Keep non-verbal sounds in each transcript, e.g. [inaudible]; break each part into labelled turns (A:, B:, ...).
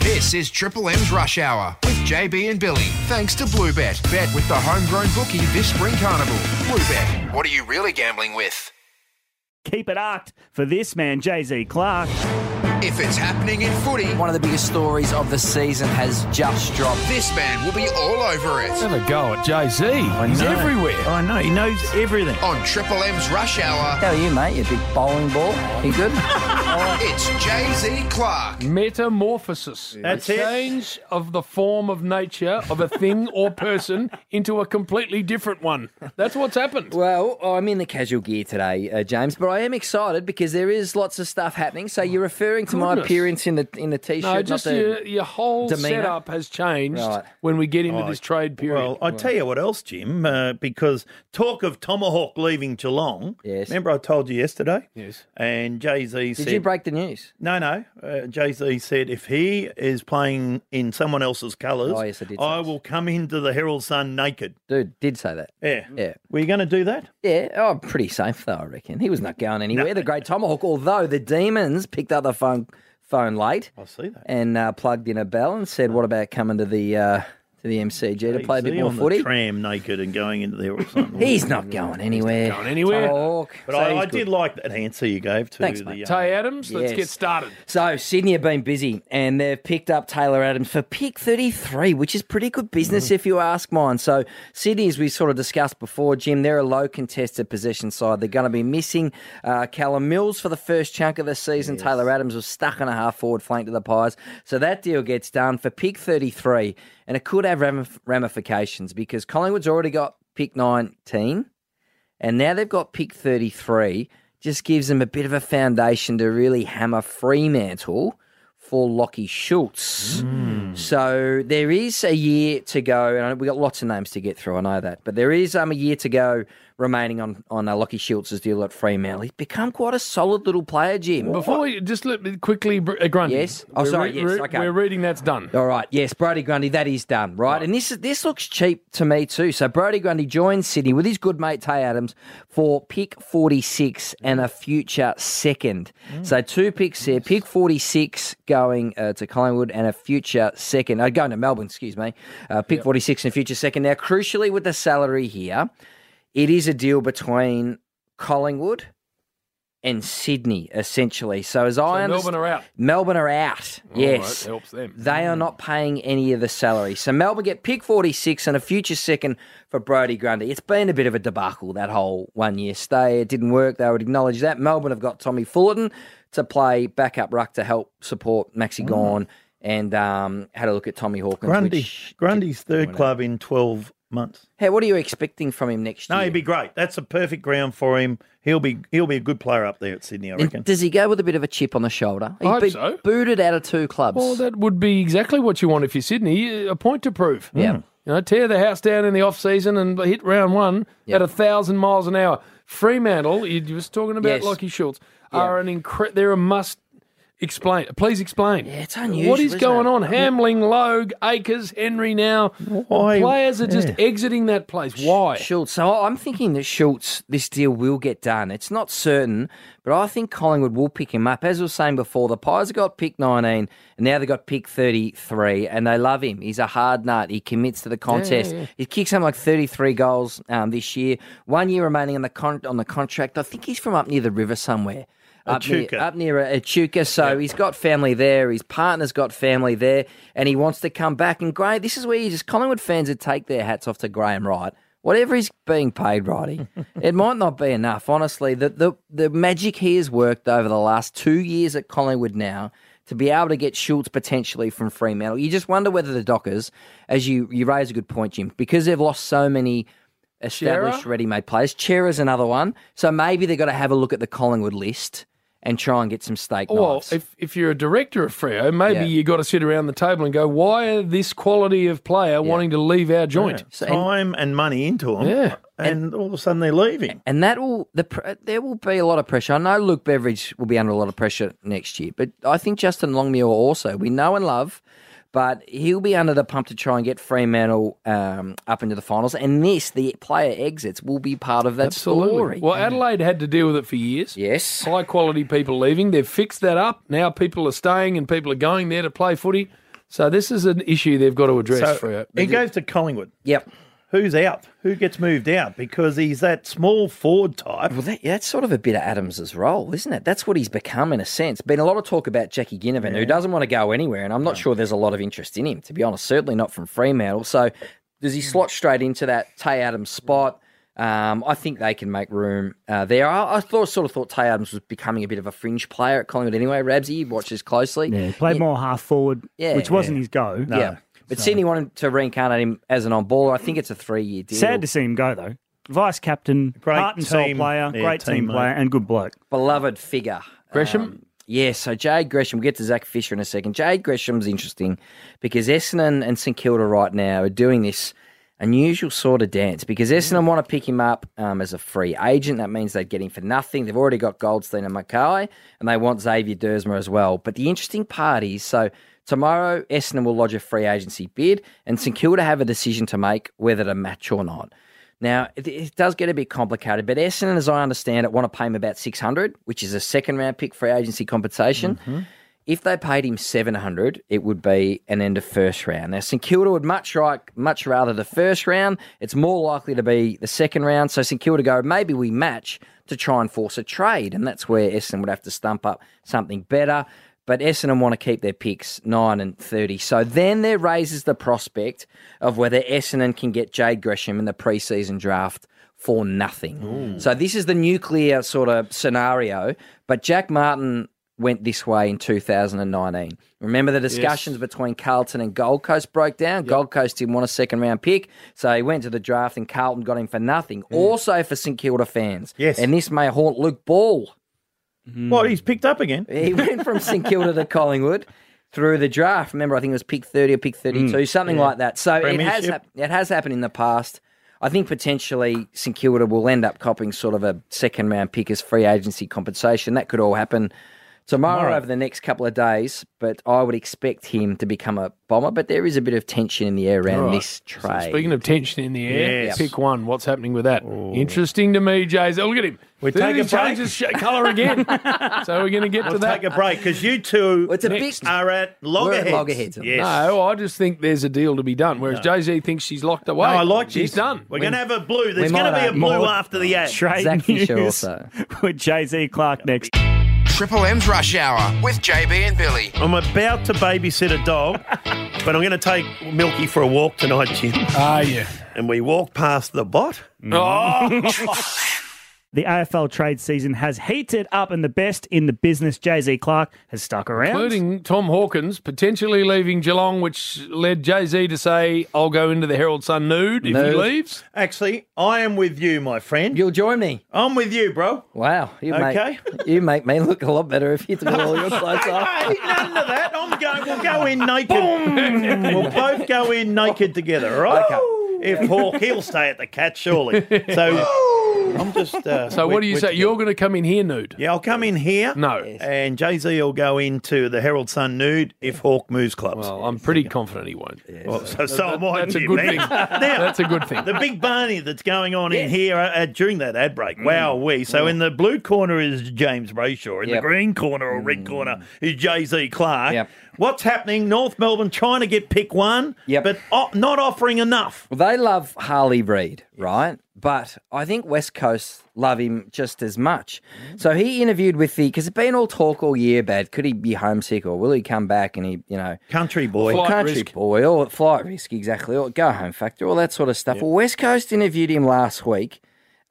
A: This is Triple M's Rush Hour with JB and Billy. Thanks to Bluebet. Bet with the homegrown bookie this spring carnival. Bluebet. What are you really gambling with?
B: Keep it arced for this man, Jay Z Clark.
A: If it's happening in footy,
C: One of the biggest stories of the season has just dropped.
A: this man will be all over it.
D: Have a go at Jay Z. He's everywhere.
B: I know. He knows everything.
A: On Triple M's Rush Hour,
C: How are you, mate? You big bowling ball? You good?
A: it's Jay Z Clark.
D: Metamorphosis.
B: That's
D: a
B: it.
D: change of the form of nature of a thing or person into a completely different one. That's what's
C: [laughs]
D: happened.
C: well, I'm in the casual gear today, uh, James, but I am excited because there is lots of stuff happening. So you're referring to my
D: Goodness.
C: appearance in the in the t-shirt,
D: No,
C: not
D: just
C: the-
D: your, your whole
C: demeanor?
D: setup has changed
C: Right.
D: when we get into this trade period.
E: Well, I tell you what else, Jim, uh, because talk of Tomahawk leaving Geelong.
C: Yes.
E: Remember I told you yesterday?
D: Yes.
E: And Jay Z said.
C: Did you break the news?
E: No, no. Uh, Jay Z said if he is playing in someone else's colours,
C: Oh, yes, I did say this.
E: will come into the Herald Sun naked.
C: Dude, did say that.
E: Yeah.
C: Yeah.
E: Were you going to do that?
C: Yeah, oh, I'm pretty safe though, I reckon. He was not going anywhere. The great Tomahawk, although the demons picked up the phone phone late
E: I see that.
C: and uh, plugged in a bell and said, "What about coming to the uh, to the MCG to play a
E: Is
C: bit
E: he
C: more
E: on
C: footy?"
E: The tram naked and going into the Herald
C: [laughs]
E: Sun.
C: He's not going anywhere.
D: going anywhere.
C: Tomahawk.
E: But
C: So
E: I,
C: he's
E: I
C: good.
E: did like that answer you gave to
C: Thanks,
E: the.
C: mate.
E: uh,
D: Tay Adams, let's
C: Yes.
D: get started.
C: So Sydney have been busy and they've picked up Taylor Adams for pick 33, which is pretty good business if you ask mine. So Sydney, as we sort of discussed before, Jim, they're a low contested possession side. They're going to be missing uh, Callum Mills for the first chunk of the season. Taylor Adams was stuck on a half forward flank to the Pies. So that deal gets done for pick 33 and it could have ram- ramifications because Collingwood's already got pick 19 and now they've got pick 33 just gives them a bit of a foundation to really hammer Fremantle for Lockie Schultz. So there is a year to go, and we've got lots of names to get through, I know that, but there is um, a year to go remaining on, on uh, Lockie Schultz's deal at Fremantle. He's become quite a solid little player, Jim.
D: Before we just let me quickly, br- uh, Grundy.
C: Yes? Oh,
D: We're
C: sorry, yes, okay.
D: We're reading that's done.
C: All right, yes, Brody Grundy, that is done, right? And this is this looks cheap to me too. So Brody Grundy joins Sydney with his good mate Tay Adams for pick 46 and a future second.
D: Mm.
C: So two picks there, pick 46 going uh, to Collingwood and a future second. Uh, going to Melbourne, excuse me. Uh, pick 46 and a future second. Now, crucially with the salary here, it is a deal between Collingwood and Sydney, essentially. So as I understand,
D: Melbourne are out.
C: Melbourne are out. yes.
D: All right, helps them.
C: They are not paying any of the salary. So Melbourne get pick 46 and a future second for Brody Grundy. It's been a bit of a debacle, that whole one year stay. It didn't work. They would acknowledge that. Melbourne have got Tommy Fullerton to play backup ruck to help support Maxi Gorn and um, had a look at Tommy Hawkins.
E: Grundy,
C: which-
E: Grundy's third club in 12 months.
C: hey, what are you expecting from him next
E: No,
C: year?
E: he'd be great. That's a perfect ground for him. He'll be he'll be a good player up there at Sydney, I
C: And
E: reckon.
C: does he go with a bit of a chip on the shoulder? He's
D: I hope
C: been
D: so.
C: booted out of two clubs.
D: Well, that would be exactly what you want if you're Sydney. A point to prove.
C: Yeah.
D: You know, tear the house down in the off season and hit round one at a thousand miles an hour. Fremantle, you were just talking about
C: Yes.
D: Lockie Schultz, are an incre- they're a must explain. Please explain. Yeah,
C: it's unusual,
D: What is
C: isn't
D: going
C: it?
D: on? Hamling, Logue, Akers, Henry now.
E: Why-
D: The players are just exiting that place. Why?
C: Schultz. So I'm thinking that Schultz, this deal will get done. It's not certain, but I think Collingwood will pick him up. As I was saying before, the Pies have got pick 19, and now they've got pick 33, and they love him. He's a hard nut. He commits to the contest. He kicks something like 33 goals um, this year. One year remaining on the con- on the contract. I think he's from up near the river somewhere. Um, Up near,
E: Echuca.
C: up near Echuca, so he's got family there. His partner's got family there, and he wants to come back. And Gray, this is where you just Collingwood fans would take their hats off to Graham Wright. Whatever he's being paid, Righty, it might not be enough. Honestly, the, the the magic he has worked over the last two years at Collingwood now to be able to get Schultz potentially from Fremantle. You just wonder whether the Dockers, as you you raise a good point, Jim, because they've lost so many established
D: Chera?
C: ready-made players. Chera's another one, so maybe they've got to have a look at the Collingwood list and try and get some steak
D: Well,
C: knives.
D: if, if you're a director of Freo, maybe
C: Yeah.
D: you got to sit around the table and go, why are this quality of player wanting to leave our joint?
C: So- and-
E: Time and money into him.
D: Yeah.
E: And, all of a sudden they're leaving.
C: and that will the pr- there will be a lot of pressure. I know Luke Beveridge will be under a lot of pressure next year, but I think Justin Longmuir also we know and love, but he'll be under the pump to try and get Fremantle um, up into the finals. And this, the player exits, will be part of that story.
D: Well, Adelaide had to deal with it for years.
C: Yes.
D: High quality people leaving. They've fixed that up. Now people are staying and people are going there to play footy. So this is an issue they've got to address,
E: So
D: Freo.
E: it goes to Collingwood.
C: Yep.
E: Who's out? Who gets moved out? Because he's that small forward type.
C: Well, that, that's sort of a bit of Adams's role, isn't it? That's what he's become in a sense. Been a lot of talk about Jackie Ginnivan, who doesn't want to go anywhere, and I'm not sure there's a lot of interest in him, to be honest. Certainly not from Fremantle. So does he
B: Hmm.
C: slot straight into that Tay Adams spot? Um, I think they can make room uh, there. I, I thought, sort of thought Tay Adams was becoming a bit of a fringe player at Collingwood anyway. Rabsy watches closely.
B: Yeah, he played more half forward,
C: Yeah,
B: which wasn't his go.
C: Yeah. But Sydney wanted to reincarnate him as an on baller. I think it's a three year deal.
B: Sad to see him go though. Vice captain,
E: Great
B: heart and soul
E: team-
B: player,
E: yeah,
B: great team,
E: team
B: player, and good bloke.
C: beloved figure.
D: Gresham?
C: yeah, so Jade Gresham, we'll get to Zach Fisher in a second. Jade Gresham's interesting because Essendon and St Kilda right now are doing this unusual sort of dance because Essendon want to pick him up um, as a free agent. That means they'd get him for nothing. They've already got Goldstein and Mackay, and they want Xavier Dersmer as well. But the interesting part is so tomorrow Essendon will lodge a free agency bid, and St Kilda have a decision to make whether to match or not. Now it, it does get a bit complicated, but Essendon, as I understand it, want to pay him about six hundred, which is a second round pick free agency compensation. If they paid him seven hundred, it would be an end of first round. Now St Kilda would much like much rather the first round. It's more likely to be the second round. So St Kilda go maybe we match to try and force a trade, and that's where Essendon would have to stump up something better. But Essendon want to keep their picks nine and thirty. So then there raises the prospect of whether Essendon can get Jade Gresham in the preseason draft for nothing. So this is the nuclear sort of scenario. But Jack Martin went this way in 2019. Remember the discussions between Carlton and Gold Coast broke down? Gold Coast didn't want a second round pick, so he went to the draft and Carlton got him for nothing. Also for St Kilda fans.
E: Yes.
C: And this may haunt Luke Ball.
D: Mm.
E: Well, he's picked up again.
C: He went from St Kilda to Collingwood through the draft. Remember, I think it was pick thirty or pick thirty-two, something like that. So it has
E: Premiership.
C: hap- it has happened in the past. I think potentially St Kilda will end up copping sort of a second round pick as free agency compensation. That could all happen tomorrow, over the next couple of days. But I would expect him to become a bomber. But there is a bit of tension in the air around
D: Right.
C: this trade.
D: Speaking of tension in the air,
E: Yes.
D: pick one. What's happening with that? Interesting to me, Jay. Oh, look at him.
E: We
D: There
E: take
D: he
E: a break.
D: changes sh- colour
E: [laughs]
D: again. so we're going to get to that.
E: Take a break because you two
C: Well, it's a big.
D: Next.
E: are at
C: We're
E: loggerheads.
C: at loggerheads.
E: Yes.
D: No, I just think there's a deal to be done. Whereas Jay Z thinks she's locked away.
E: No, Oh, I like
D: She's
E: this.
D: done. Oh,
E: We're going to have a blue. There's
C: we
E: going
C: might
E: to be a
C: have
E: blue
C: more-
E: after the ad.
B: Trade
C: Zach Fisher
B: news
C: also.
B: [laughs] with Jay Z Clark next.
A: Triple M's Rush Hour with JB and Billy.
E: I'm about to babysit a dog, [laughs] but I'm going to take Milky for a walk tonight, Jim.
D: Ah, yeah.
E: And we walk past the bot.
D: Oh,
B: The AFL trade season has heated up, and the best in the business, Jay Z Clark, has stuck around.
D: including Tom Hawkins potentially leaving Geelong, which led Jay Z to say, "I'll go into the Herald Sun nude if he
C: Nude.
D: leaves."
E: Actually, I am with you, my friend.
C: You'll join me.
E: I'm with you, bro.
C: Wow, you
E: Okay.
C: make you make me look a lot better if you took all your clothes off.
E: Hey, none of that. I'm going. We'll go in naked. we'll both go in naked together. All right. If Hawk, he'll stay at the cat surely. So I'm just. Uh,
D: So what do you say? You're going to come in here nude?
E: Yeah, I'll come in here.
D: No.
E: And Jay Z will go into the Herald Sun nude if Hawk moves clubs.
D: Well, I'm pretty confident he won't.
E: Well, so so am I.
D: that's a
E: Jim,
D: good
E: man.
D: thing.
E: Now,
D: That's a good thing.
E: [laughs] the
C: [laughs]
E: big barney that's going on in here uh, during that ad break.
C: Mm.
E: Wow, we. So in the blue corner is James Brayshaw. In
C: Yep. Mm.
E: the green corner or red corner is Jay Z Clark.
C: Yep.
E: What's happening? North Melbourne trying to get pick one,
C: Yep.
E: but o- not offering enough.
C: Well, they love Harley Reid, right? But I think West Coast love him just as much. So he interviewed with the because it's been all talk all year. Bad, could he be homesick or will he come back? And he, you know,
E: Country boy.
D: Flight
C: country
D: risk.
C: boy, or flight risk, exactly, or go home factor, all that sort of stuff. Well, West Coast interviewed him last week,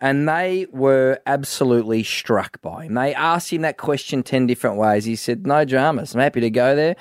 C: and they were absolutely struck by him. They asked him that question ten different ways. He said, "No dramas. I'm happy to go there.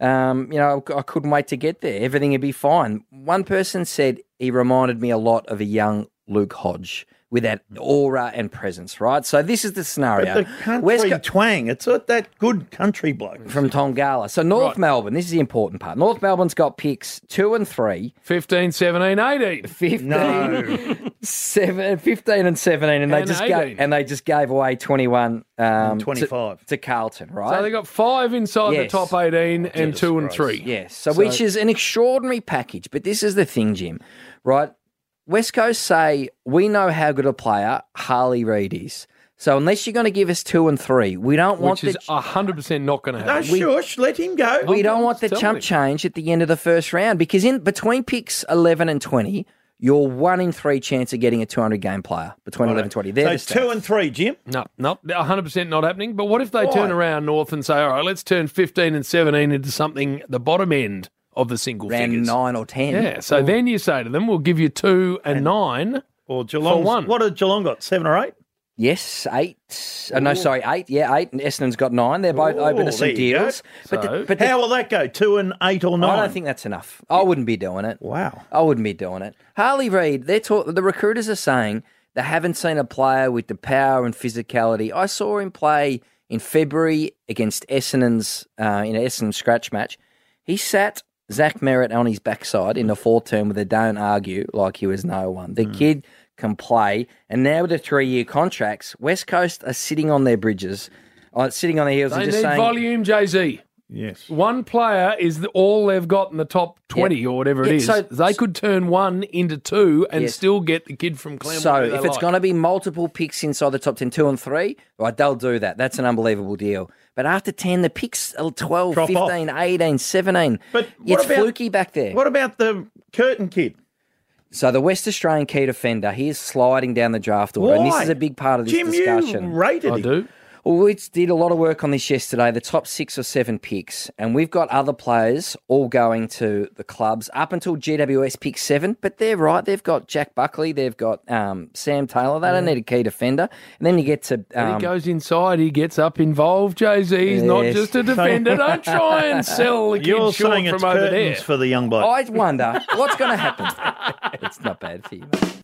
C: Um, you know, I couldn't wait to get there. Everything would be fine." One person said he reminded me a lot of a young Luke Hodge. With that
D: Mm.
C: aura and presence, right? So this is the scenario.
E: The
C: West
E: country
C: Co-
E: twang. It's not that good country bloke.
C: from Tongala. So North Melbourne, this is the important part. North Melbourne's got picks two and three,
D: 15, 17, 18.
C: 15, [laughs]
E: No.
C: seven, 15 and 17, and,
D: And
C: they just gave,
D: 18.
C: and they just gave away 21 um, to-
E: 25.
C: to, Carlton, right?
D: So they got five inside
C: Yes.
D: the top 18 and two and
E: Christ.
D: three.
C: Yes. So, which is an extraordinary package. But this is the thing, Jim, right? West Coast say, we know how good a player Harley Reid is. So unless you're going to give us two and three, we don't want
D: which
C: the
D: is hundred percent not going to
E: No,
D: happen.
E: shush, let him go.
C: we don't
D: I'm
C: want the
D: telling
C: chump
D: you.
C: change at the end of the first round because in between picks 11 and 20 you're one in three chance of getting a 200 game player between 11 and 20 They're
E: so two
C: the stats.
E: and three, Jim.
D: No, no, hundred percent not happening. But what if they
E: Why?
D: turn around north and say, "All right, let's turn fifteen and seventeen into something at the bottom end of the single
C: round
D: figures."
C: 9 or 10
D: Yeah. So then you say to them, "We'll give you two and, nine.
E: Or Geelong.
D: For one.
E: What did Geelong got? Seven or eight?
C: yes 8 oh, no sorry 8 yeah 8 and Essendon's got 9 they're both
E: Ooh,
C: open to
E: there
C: some
E: you go.
C: deals but, the-
D: So-
C: but the-
E: How will that go? Two and eight or nine?
C: I don't think that's enough I wouldn't be doing it
E: Wow.
C: I wouldn't be doing it Harley Reid they're talk- the recruiters are saying they haven't seen a player with the power and physicality I saw him play in February against Essendon's uh, in an Essendon scratch match He sat Zach Merritt on his backside in the fourth term where they don't argue like he was no one.
D: Hmm.
C: The kid can play, and now with the three year contracts, West Coast are sitting on their bridges, uh, sitting on their heels,
D: They
C: and
D: need
C: just saying,
D: volume, Jay Z.
E: Yes.
D: One player is the, all they've got in the top twenty or whatever
C: Yeah,
D: it is.
C: so-
D: they could turn one into two and
C: Yes.
D: still get the kid from Claremont.
C: So
D: who they
C: if it's
D: like.
C: going to be multiple picks inside the top 10, two and three, right, they'll do that. That's an unbelievable deal. But after 10, the picks are 12,
E: Drop off.
C: 15, 18, 17.
E: But what
C: it's
E: about-
C: fluky back there.
E: What about the curtain kid?
C: So the West Australian key defender, he is sliding down the draft order. And this
E: Why?
C: is a big part of this
E: Jim,
C: discussion.
E: you rated
D: I
E: him.
D: do.
C: Well, we did a lot of work on this yesterday, the top six or seven picks, and we've got other players all going to the clubs up until GWS pick seven, but they're right. They've got Jack Buckley, they've got um, Sam Taylor. They don't need a key defender. And then you get to.
D: He
C: Um,
D: goes inside. He gets up involved. Jay Z. He's not
C: Yes.
D: just a
C: [laughs]
D: defender. Don't try and sell the kid
E: You're
D: short
E: saying
D: from
E: it's
D: over there.
E: curtains for the young bloke.
C: I wonder what's going to happen. [laughs] it's not bad for you, mate.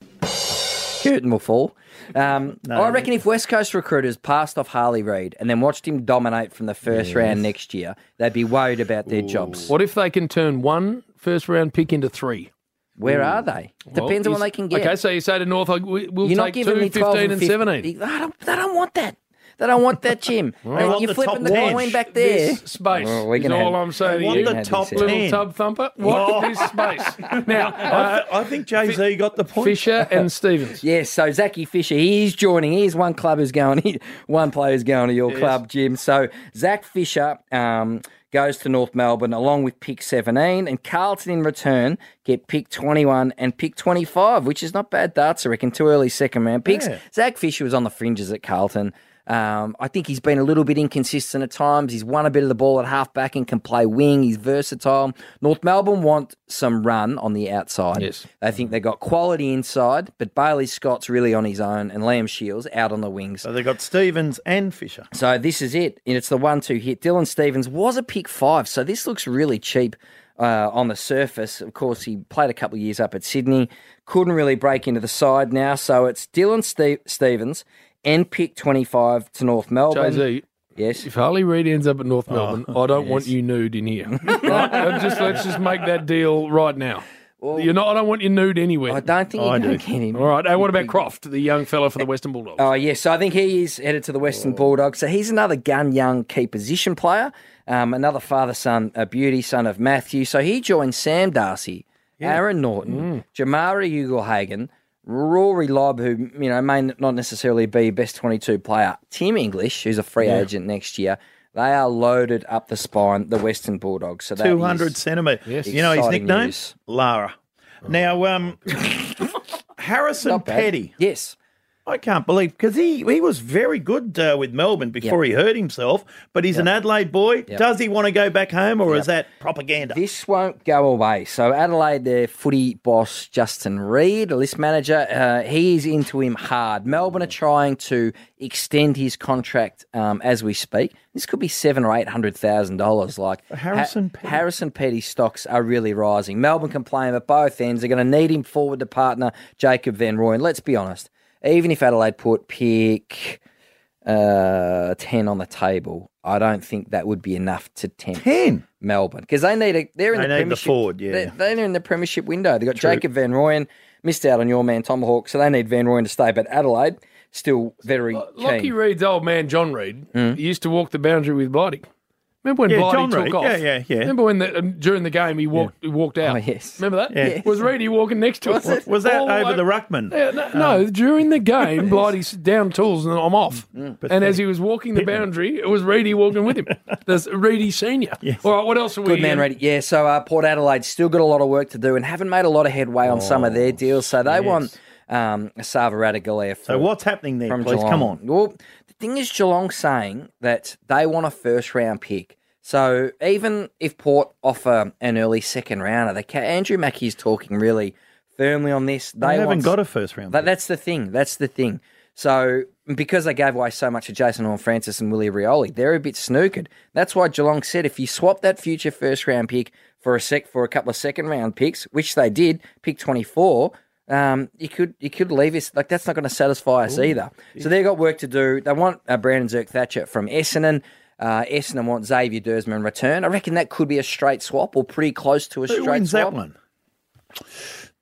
C: Curtain will fall. Um, I reckon if West Coast recruiters passed off Harley Reid and then watched him dominate from the first round next year, they'd be worried about their jobs.
D: What if they can turn one first round pick into three?
C: Where are they? Depends on
D: Well,
C: what they can get.
D: Okay, so you say to North, like, we- we'll
C: You're not
D: take two,
C: giving me
D: 15
C: 12
D: and, 17.
C: I don't, they don't want that. They don't want that,
D: [laughs]
C: Jim. And
E: want
C: you're
E: the
C: flipping
E: top
C: the
E: 10.
C: coin back there.
D: This space
C: Oh, we
D: is
C: can have-
D: all I'm saying
E: What
D: to you.
E: the
C: had
E: top
C: this out.
E: ten?
D: Little tub thumper. What this
E: [laughs]
D: space? Now, uh,
E: I think Jay Z got the point.
D: Fisher and
C: [laughs]
D: Stevens.
C: Yes, so Zachy Fisher, he's joining. He's one club who's going, [laughs] one player who's going to your club, Jim. So Zach Fisher um, goes to North Melbourne along with pick 17, and Carlton in return get pick 21 and pick 25, which is not bad darts, I reckon. Two early second round picks. Zach Fisher was on the fringes at Carlton. Um, I think he's been a little bit inconsistent at times. He's won a bit of the ball at halfback and can play wing. He's versatile. North Melbourne want some run on the outside.
D: Yes.
C: They think they got quality inside, but Bailey Scott's really on his own and Liam Shields out on the wings.
E: So they got Stevens and Fisher.
C: So this is it. And it's the one two hit. Dylan Stevens was a pick five, so this looks really cheap uh, on the surface. Of course, he played a couple of years up at Sydney, couldn't really break into the side now. So it's Dylan Ste- Stevens and pick 25 to North
D: Jay
C: Melbourne.
D: Z.
C: Yes.
D: If Harley Reid ends up at
E: Oh,
D: North Melbourne, I don't want you nude in
E: [laughs]
D: here. Right? Uh, just let's just make that deal right now. You're not. I don't want you nude anywhere.
C: I don't think you
E: I
C: can
E: do.
C: get him.
D: All right. Hey, what about Croft, the young fella for the Western Bulldogs?
C: Oh, yes. So I think he is headed to the Western Bulldogs. So he's another gun young key position player, um, another father son, a beauty son of Matthew. So he joins Sam Darcy, Aaron Norton, Jamari Ugelhagen, Rory Lobb, who, you know, may not necessarily be best 22 player, Tim English, who's a free agent next year. They are loaded up the spine, the Western Bulldogs. So that is-
E: 200 centimetres.
D: Yes.
E: You know his
C: Exciting
E: nickname?
C: news.
E: Lara. Now,
C: [laughs]
E: um, Harrison
C: Not bad.
E: Petty.
C: Yes.
E: I can't believe because he, he was very good uh, with Melbourne before he hurt himself, but he's an Adelaide boy. Does he want to go back home or is that propaganda?
C: This won't go away. So Adelaide, their footy boss Justin Reid, the list manager, uh, he is into him hard. Melbourne are trying to extend his contract um, as we speak. This could be seven or eight hundred thousand dollars. Like
E: Harrison Petty.
C: Harrison Petty stocks are really rising. Melbourne can play him at both ends. They're going to need him forward to partner Jacob Van Roy. And let's be honest, even if Adelaide put pick uh, 10 on the table, I don't think that would be enough to tempt
E: 10?
C: Melbourne because they need a they're in
E: They
C: the
E: need the
C: premiership
E: forward, yeah.
C: they, they're in the premiership window. They got Jacob Van Rooyen missed out on your man Tom Hawk, so they need Van Rooyen to stay. But Adelaide still very
D: Lockie
C: keen. Hmm.
D: Reed's old man, John Reed, used to walk the boundary with Blighty. Remember when
E: Yeah,
D: Blighty
E: John
D: took
E: Reid.
D: off?
E: Yeah, yeah, yeah.
D: Remember when the, um, during the game he walked he walked out?
C: Oh, yes.
D: Remember that?
E: Yeah.
D: Was Reedy walking next to us?
E: Was that
D: All
E: over the Um,
D: way-
E: ruckman?
D: Yeah, no, no, during the
E: [laughs]
D: game, Blighty's down tools and I'm off.
C: Mm,
D: and as he was walking the boundary, it was Reedy walking with him.
E: [laughs]
D: There's Reedy Senior. All right, what else are we?
C: Good man,
D: in?
C: Ready. Yeah, so uh, Port Adelaide's still got a lot of work to do and haven't made a lot of headway on some of
E: Oh,
C: their deals. So they want um, Savaradagalia.
E: So what's happening there, please? Come on.
C: Well, the thing is, Geelong saying that they want a first round pick. So even if Port offer an early second rounder, they can, Andrew Mackey's talking really firmly on this. They,
E: They haven't
C: want-
E: got a first round.
C: But that's the thing. That's the thing. So because they gave away so much to Jason Horn Francis and Willie Rioli, they're a bit snookered. That's why Geelong said if you swap that future first round pick for a sec for a couple of second round picks, which they did, pick twenty four. Um, you could you could leave us like that's not going to satisfy us either. So they've got work to do. They want uh, Brandon Zirk Thatcher from Essendon. Uh, Essendon want Xavier Dersman in return. I reckon that could be a straight swap or pretty close to a
E: Who
C: straight
E: wins
C: swap.
E: that one?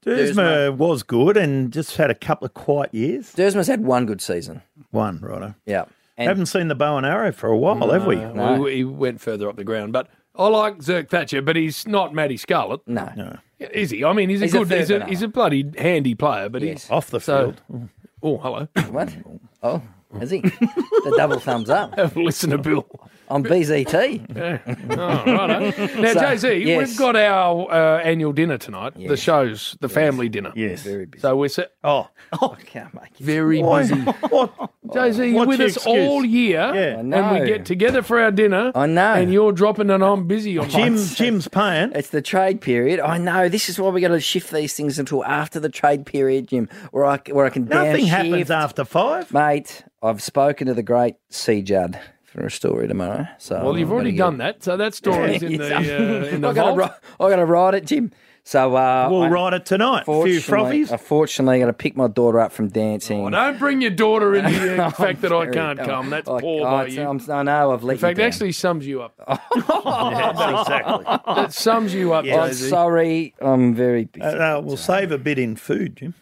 E: Dersma was good and just had a couple of quiet years.
C: Dersman's had one good season.
E: One, righto.
C: Yeah. And
E: Haven't seen the bow and arrow for a while, have we?
C: No.
D: We- He went further up the ground, but I like Zirk Thatcher, but he's not Matty Scarlett,
C: no.
D: is he? I mean, he's a
C: He's a
D: good, he's,
C: third
D: a,
C: banana.
D: he's a bloody handy player, but
C: Yes.
D: he's
E: Off the
D: So-
E: field.
D: oh hello,
C: What? Oh, is he? the double thumbs up
D: listener Bill.
C: on BZT.
D: Yeah. Oh, righto. Now,
C: So,
D: Jay Z,
C: yes.
D: we've got our uh, annual dinner tonight. The shows, the family dinner.
E: Yes.
D: So we're set
E: Oh,
C: Oh, can't make it.
D: very
E: why-
D: busy.
E: [laughs]
C: [laughs]
E: what?
D: Jay Z, you're
E: What's
D: with
E: your
D: us
E: excuse?
D: all year,
E: Yeah. I
C: know.
D: and we get together for our dinner.
C: I know.
D: And you're dropping and I'm busy on
E: Jim,
D: Mondays.
E: Jim's paying.
C: It's the trade period. I know. This is why we got to shift these things until after the trade period, Jim, where I c- where I can down
E: Nothing
C: shift.
E: happens after five.
C: Mate, I've spoken to the great C Judd for a story tomorrow. So
D: Well, you've already done that, so
C: [laughs]
D: that story's in the uh, in the
C: I got
D: vault.
C: to I got to ride it, Jim. So uh,
E: We'll
C: I-
E: ride it tonight. A few
C: Fortunately,
E: [laughs] frothies.
C: unfortunately, I got to pick my daughter up from dancing.
D: Well, Don't bring your daughter into
C: [laughs]
D: Oh, the
C: I'm
D: fact that I
C: very-
D: can't
C: I'm-
D: come. That's
C: Oh, I-
D: poor
C: I-
D: by
C: it's-
D: you.
C: I'm- I know. I've let
D: in fact,
C: you down.
D: actually sums you up.
E: Yes,
C: [laughs]
E: exactly. Uh,
D: That sums you up,
C: I'm
D: Jay Z.
C: Oh, sorry. I'm very busy.
E: Uh, we'll save a bit in food, Jim.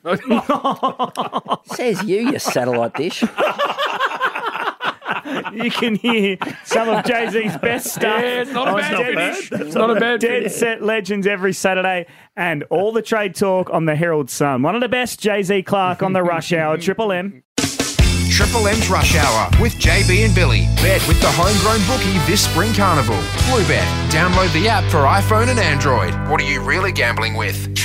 C: Says you, you satellite dish.
B: You can hear some of Jay Z's best stuff.
D: Yeah, it's not a
B: on
D: bad
B: Dead-
D: finish. It's not a bad
B: Dead
D: finish.
B: Set Legends every Saturday and all the trade talk on the Herald Sun. One of the best, Jay Z Clark on the Rush Hour, Triple M.
A: Triple M's Rush Hour with JB and Billy. Bet with the homegrown bookie this spring carnival. Bluebet. Download the app for iPhone and Android. What are you really gambling with?